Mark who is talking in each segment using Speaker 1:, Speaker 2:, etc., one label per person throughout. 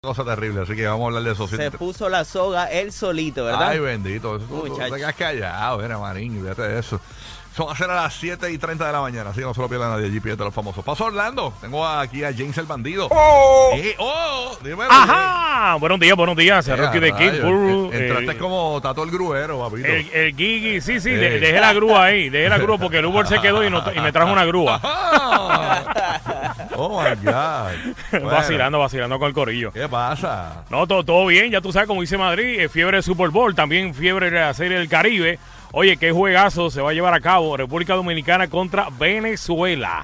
Speaker 1: Cosa terrible, así que vamos a hablar de eso.
Speaker 2: Se puso la soga él solito, ¿verdad?
Speaker 1: Ay, bendito. Eso, tú, tú
Speaker 2: Muchacho.
Speaker 1: te quedas callado, era marín, fíjate de eso. Son a ser a las 7 y 30 de la mañana, así que no se lo pierdan nadie allí, de los famosos. Paso a Orlando, tengo aquí a James el Bandido. ¡Oh! ¡Oh! Dímelo,
Speaker 3: Ajá, buenos días, buenos días,
Speaker 1: James.
Speaker 3: Rocky de
Speaker 1: Eh,
Speaker 3: Kid
Speaker 1: rayos,
Speaker 3: Buru,
Speaker 1: en- Entraste
Speaker 3: eh,
Speaker 1: como Tato el Gruero, papito.
Speaker 3: el, el Gigi, sí, sí,
Speaker 1: Eh.
Speaker 3: de- dejé la grúa ahí, dejé la grúa porque el Uber se quedó y, no- y me trajo una grúa.
Speaker 1: Ah. oh my God. Bueno,
Speaker 3: Vacilando, vacilando con el corillo.
Speaker 1: ¿Qué pasa?
Speaker 3: No, todo, todo bien, ya tú sabes, como dice Madrid, eh, fiebre de Super Bowl, también fiebre de la Serie del Caribe. Oye, qué juegazo se va a llevar a cabo República Dominicana contra Venezuela.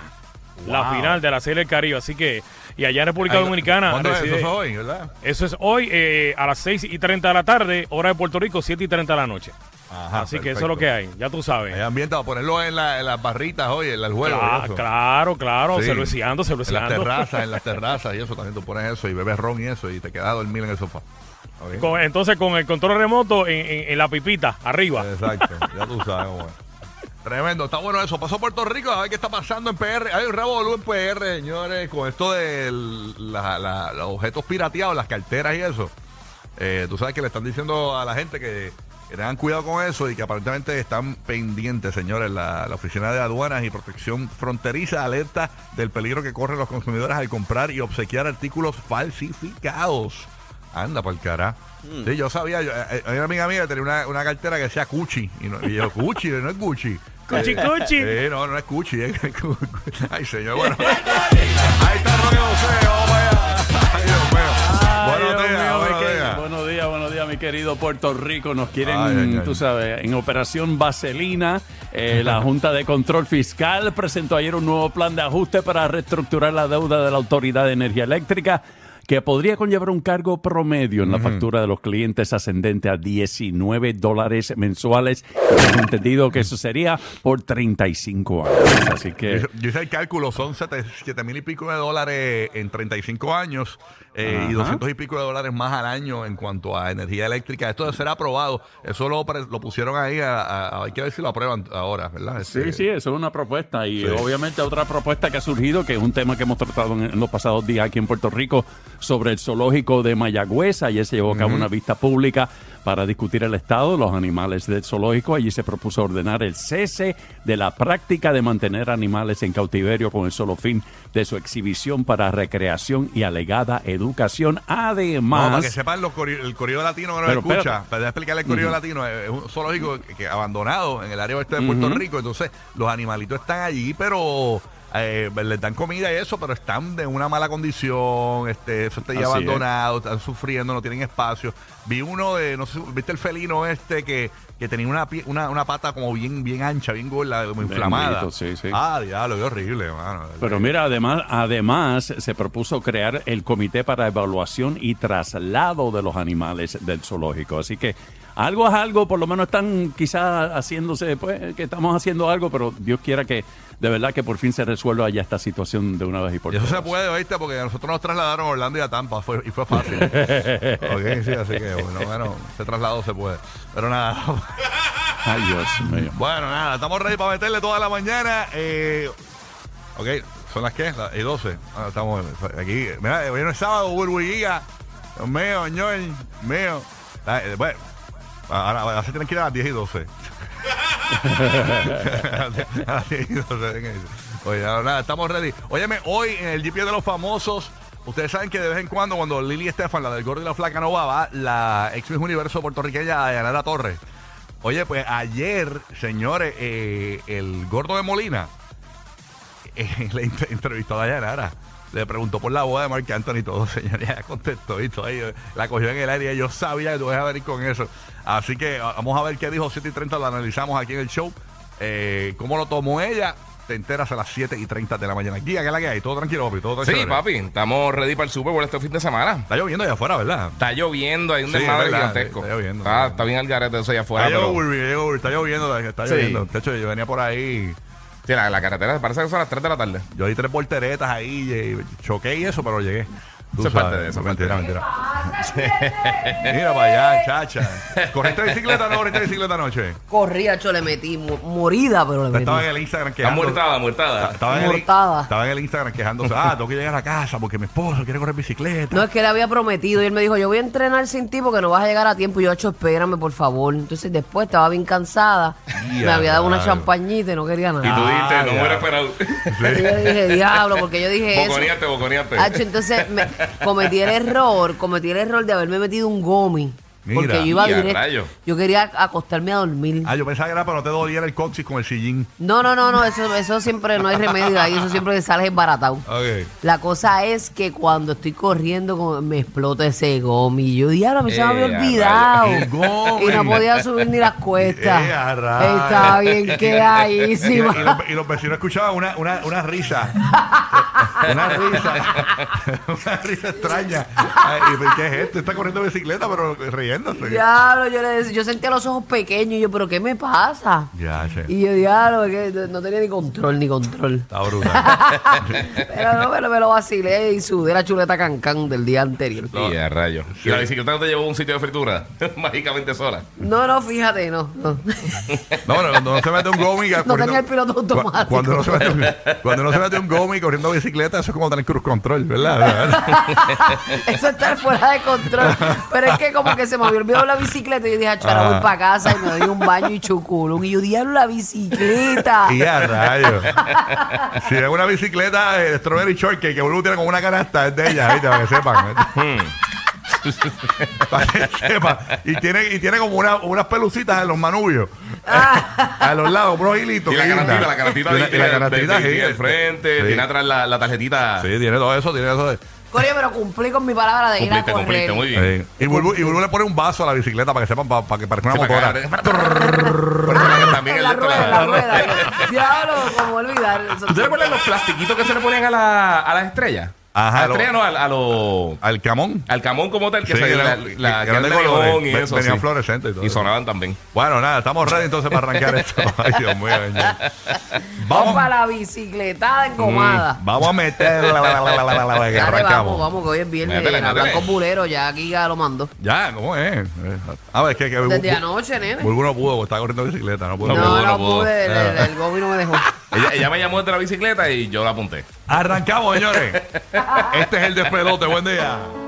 Speaker 3: La
Speaker 1: Wow.
Speaker 3: final de la Serie del Caribe, así que, y allá en República Dominicana...
Speaker 1: ¿Cuándo es? Eso
Speaker 3: reside-
Speaker 1: es hoy, ¿verdad?
Speaker 3: Eso es hoy eh, a las 6 y 30 de la tarde, hora de Puerto Rico, 7 y 30 de la noche.
Speaker 1: Ajá,
Speaker 3: Así que eso es lo
Speaker 1: perfecto.
Speaker 3: que hay, ya tú
Speaker 1: Hay
Speaker 3: sabes.
Speaker 1: ambiente para ponerlo en, la- en las barritas hoy, en el juego.
Speaker 3: Cla-
Speaker 1: y eso.
Speaker 3: claro, claro,
Speaker 1: Sí.
Speaker 3: se lo celuiciando.
Speaker 1: En las terrazas, en las terrazas y eso también tú pones eso y bebes ron y eso y te quedas a dormir en el sofá. ¿Ok?
Speaker 3: Con- entonces con el control remoto en, en- en la pipita, arriba.
Speaker 1: Exacto, ya tú sabes, cómo es. Tremendo, está bueno eso. Pasó a Puerto Rico, a ver qué está pasando en PR. Hay un revolú en PR, señores, con esto de la- la- los objetos pirateados, las carteras y eso. Eh, tú sabes que le están diciendo a la gente que, que tengan cuidado con eso y que aparentemente están pendientes, señores. La, la Oficina de Aduanas y Protección Fronteriza alerta del peligro que corren los consumidores al comprar y obsequiar artículos falsificados. Anda, por cara. Sí, yo sabía, yo, eh, eh, hay una amiga mía que tenía una, una cartera que decía Cuchi. Y, no, y yo, Cuchi, no es Gucci.
Speaker 3: Cuchi,
Speaker 1: Eh,
Speaker 3: cuchi.
Speaker 1: eh, no, no es Cuchi. es- Ay, señor, bueno. Ahí está Roque José, vamos para allá. Ay, Dios mío.
Speaker 4: oh,
Speaker 1: Buenos
Speaker 4: Ay, Dios
Speaker 1: días,
Speaker 4: mío, mi
Speaker 1: buenos
Speaker 4: querido-
Speaker 1: días.
Speaker 4: buenos días, buenos días, mi querido Puerto Rico. Nos quieren,
Speaker 1: Ay, ay, ay.
Speaker 4: tú sabes, en Operación Vaselina. Eh, la Junta de Control Fiscal presentó ayer un nuevo plan de ajuste para reestructurar la deuda de la Autoridad de Energía Eléctrica que podría conllevar un cargo promedio en la factura de los clientes ascendente a 19 dólares mensuales. Tengo entendido que eso sería por 35 años. Así que...
Speaker 1: Yo, yo hice el cálculo, son 7, mil y pico de dólares en 35 años eh, y
Speaker 4: Ajá.
Speaker 1: 200 y pico de dólares más al año en cuanto a energía eléctrica. Esto debe ser aprobado. Eso lo, pre- lo pusieron ahí, a, a- a- hay que ver si lo aprueban ahora, ¿verdad?
Speaker 4: Sí,
Speaker 1: Este,
Speaker 4: sí, eso es una propuesta. Y
Speaker 1: Sí.
Speaker 4: obviamente otra propuesta que ha surgido, que es un tema que hemos tratado en, en los pasados días aquí en Puerto Rico, sobre el zoológico de Mayagüez. Ayer se llevó a cabo una vista pública para discutir el estado de los animales del zoológico. Allí se propuso ordenar el cese de la práctica de mantener animales en cautiverio con el solo fin de su exhibición para recreación y alegada educación.
Speaker 1: No,
Speaker 4: Además...
Speaker 1: para que sepan los cori- el corrido latino que nos
Speaker 4: Pero
Speaker 1: escucha,
Speaker 4: espérate.
Speaker 1: para explicarle el corrido latino, es es un zoológico que, que abandonado en el área oeste de Puerto Rico, entonces los animalitos están allí, pero eh, les dan comida y eso, pero están de una mala condición, este, eso está ya
Speaker 4: Así es.
Speaker 1: abandonado, están sufriendo, no tienen espacio. Vi uno de, no sé, si- viste el felino este que, que tenía una, pie- una, una pata como bien, bien ancha, bien gorda, como inflamada.
Speaker 4: Bendito, sí, sí.
Speaker 1: Ah, diablo, qué horrible, mano.
Speaker 4: Pero mira, además, además se propuso crear el comité para evaluación y traslado de los animales del zoológico. Así que algo es algo, por lo menos están quizás haciéndose, pues, que estamos haciendo algo, pero Dios quiera que de verdad que por fin se resuelva ya esta situación de una vez y por
Speaker 1: Y eso
Speaker 4: todas.
Speaker 1: se puede, ¿viste? Porque a nosotros nos trasladaron a Orlando y a Tampa fue- y fue fácil. ok, sí, así que bueno, bueno, ese traslado se puede. Pero nada,
Speaker 4: Ay, Dios mío.
Speaker 1: bueno, nada, estamos ready para meterle toda la mañana. eh, ok, ¿son las qué? Las y 12. Ah, estamos aquí. Mira, hoy no es sábado, burbujiga. Dios mío, ñor, mío. Ah, eh, Bueno, ahora, ahora se tienen que ir a las 10 y 12. A las 10 y 12, ven ahí. Oye, ahora nada, estamos ready. Óyeme, hoy en el GP de los famosos, ustedes saben que de vez en cuando, cuando Lili Estefan, la del gordo y la flaca, no va, va la ex Miss Universo puertorriqueña Dayanara Torres. Oye, pues ayer, señores, eh, el gordo de Molina eh, le inter- entrevistó a Dayanara. Le preguntó por la boda de Marc Anthony y todo, señores. Ya contestó y todo. ahí, eh, La cogió en el aire. y Yo sabía que tú ibas a venir con eso. Así que ah, vamos a ver qué dijo 7 y 30. Lo analizamos aquí en el show. Eh, cómo lo tomó ella Te enteras a las 7 y 30 de la mañana. Guía, ¿qué es la que hay? Todo tranquilo, papi. Todo tranquilo.
Speaker 5: Sí, papi, estamos ready para el Super Bowl este fin de semana.
Speaker 1: Está lloviendo allá afuera, ¿verdad?
Speaker 5: Está lloviendo, hay un
Speaker 1: Sí,
Speaker 5: desmadre
Speaker 1: es verdad,
Speaker 5: gigantesco.
Speaker 1: está lloviendo.
Speaker 5: Está, está bien al garete eso allá afuera.
Speaker 1: Está
Speaker 5: pero-
Speaker 1: lloviendo, está lloviendo, está
Speaker 5: Sí.
Speaker 1: lloviendo. De hecho, yo venía por ahí.
Speaker 5: Sí, la, la carretera parece que son las 3 de la tarde.
Speaker 1: Yo di tres volteretas ahí, y eh, choqué y eso, pero llegué. Tú
Speaker 5: Eso es parte de
Speaker 1: sabes,
Speaker 5: eso,
Speaker 1: Mentira,
Speaker 5: parte de
Speaker 1: mentira. Mira para allá, chacha. ¿Corriste bicicleta o no corriste bicicleta anoche?
Speaker 6: Corría, yo le metí mu- morida, pero le metí.
Speaker 1: Estaba en el Instagram
Speaker 5: Está
Speaker 1: quejándose.
Speaker 5: muertada, muertada.
Speaker 1: Estaba en, el,
Speaker 6: Mortada.
Speaker 1: estaba en el Instagram quejándose. Ah, tengo que llegar a casa porque mi esposo quiere correr bicicleta.
Speaker 6: No es que le había prometido y él me dijo, yo voy a entrenar sin ti porque no vas a llegar a tiempo. Y yo, hecho, espérame, por favor. Entonces después estaba bien cansada, me
Speaker 1: Ya,
Speaker 6: había dado una
Speaker 1: claro.
Speaker 6: champañita y no quería
Speaker 5: Y tú
Speaker 6: nada.
Speaker 5: dijiste,
Speaker 1: Ah,
Speaker 5: no
Speaker 1: ya.
Speaker 5: me hubiera esperado.
Speaker 6: Y yo dije, diablo, porque yo dije eso.
Speaker 5: Boconeaste, boconeaste.
Speaker 6: Hacho, entonces me- cometí el error, cometí el error de haberme metido un gomi.
Speaker 1: Mira.
Speaker 6: porque yo iba
Speaker 5: Y a
Speaker 6: directo.
Speaker 5: rayo.
Speaker 6: Yo quería acostarme a dormir.
Speaker 1: Ah, yo pensaba que era para no te doliera el coxis con el sillín.
Speaker 6: No, no, no, no, eso, eso siempre no hay remedio ahí, eso siempre sales embaratado.
Speaker 1: Ok.
Speaker 6: La cosa es que cuando estoy corriendo como me explota ese gomi. Yo, diablo, me se me había
Speaker 5: Eh, a
Speaker 6: olvidado.
Speaker 1: rayos. El gomi.
Speaker 6: Y no podía subir ni las cuestas.
Speaker 1: Eh, a rayos.
Speaker 6: Estaba bien
Speaker 1: Y, y
Speaker 6: quedadísima.
Speaker 1: los, y los vecinos escuchaban una, una, una risa. una risa. una risa extraña. Ay, y, ¿Qué es esto? Está corriendo bicicleta, pero riéndose.
Speaker 6: Diablo, yo, le decía- yo sentía los ojos pequeños y yo, pero ¿qué me pasa?
Speaker 1: Ya, che.
Speaker 6: Y yo, diablo, que no- no tenía ni control, ni control.
Speaker 1: Está brutal.
Speaker 6: Pero no, me lo, me lo vacilé y sudé la chuleta cancán del día anterior.
Speaker 5: Y a rayo. Y la bicicleta no te llevó a un sitio de fritura, mágicamente sola.
Speaker 6: No, no, fíjate, no. no.
Speaker 1: No, bueno, cuando no se mete un gomi. corriendo-
Speaker 6: tenía el piloto automático.
Speaker 1: Cu- Cuando no se mete un, cuando no se mete un gomi corriendo bicicleta, eso es como tener cruz control, ¿verdad?
Speaker 6: Eso está fuera de control. Pero es que como que se me había olvidado la bicicleta. Y yo dije, "Acho, ahora
Speaker 5: Ah.
Speaker 6: voy para casa y me doy un baño y choculón. Y yo, diablo, la bicicleta.
Speaker 1: y a rayos. Si es una bicicleta de strawberry shortcake que uno tiene con una canasta, es de ella, ¿viste? Para que sepan. ¿eh?
Speaker 5: Hmm.
Speaker 1: para que sepan. Y tiene, y tiene como una- unas pelucitas en los manubios. a los lados, unos hilitos.
Speaker 5: Y la
Speaker 1: que
Speaker 5: canastita,
Speaker 1: guindan.
Speaker 5: la canastita
Speaker 1: Y la- y la canastita, sí.
Speaker 5: del frente,
Speaker 1: Sí.
Speaker 5: tiene atrás la, la tarjetita.
Speaker 1: Sí, tiene todo eso, tiene todo eso.
Speaker 6: Coño, pero cumplí con mi palabra de ir a
Speaker 5: Cumpliste,
Speaker 6: correr.
Speaker 5: cumpliste, muy bien.
Speaker 1: Sí. eh, Y Bulbu, y Bulbu le pone un vaso a la bicicleta para que sepan, para, que parezca una
Speaker 5: Sí, para
Speaker 1: motora.
Speaker 5: acá. Pero también
Speaker 6: En
Speaker 5: el
Speaker 6: la
Speaker 5: otro
Speaker 6: rueda, en la
Speaker 5: lado.
Speaker 6: rueda. Diablo, como olvidar. eso.
Speaker 5: ¿Tú te recuerdas los plastiquitos que se le ponían a, la, a las estrellas?
Speaker 1: Ajá,
Speaker 5: A las
Speaker 1: lo-
Speaker 5: estrellas, no, al, a los.
Speaker 1: Al camón.
Speaker 5: Al camón como tal, que
Speaker 1: Sí,
Speaker 5: se
Speaker 1: que
Speaker 5: la,
Speaker 1: eran- que
Speaker 5: la, que
Speaker 1: eran
Speaker 5: eran
Speaker 1: de
Speaker 5: de
Speaker 1: colores.
Speaker 5: neón y
Speaker 1: Ve-
Speaker 5: eso.
Speaker 1: venían
Speaker 5: sí.
Speaker 1: fluorescentes y todo.
Speaker 5: sonaban también.
Speaker 1: Bueno, nada, estamos ready entonces para arrancar esto. Ay, Dios mío, señor.
Speaker 6: Vamos
Speaker 1: Vamos,
Speaker 6: para la bicicleta engomada.
Speaker 5: Mm.
Speaker 1: vamos a meter la, la, la, la, la, la, la, que
Speaker 6: Dale,
Speaker 1: arrancamos.
Speaker 6: vamos, vamos, que hoy es viernes.
Speaker 5: Métele,
Speaker 6: Hablan
Speaker 5: métele.
Speaker 6: con Bulero, ya aquí ya lo mandó.
Speaker 1: Ya, ¿cómo es? A ver, es que, que
Speaker 6: Desde anoche, nene.
Speaker 1: Bulbu no pudo, porque estaba corriendo bicicleta, no pudo.
Speaker 6: No,
Speaker 5: No pudo,
Speaker 6: no,
Speaker 5: no Ah. pudo.
Speaker 6: pude, el, el, el gobi no me dejó.
Speaker 5: Ella, ella me llamó desde la bicicleta y yo la apunté.
Speaker 1: Arrancamos, señores. Este es el despelote, buen día.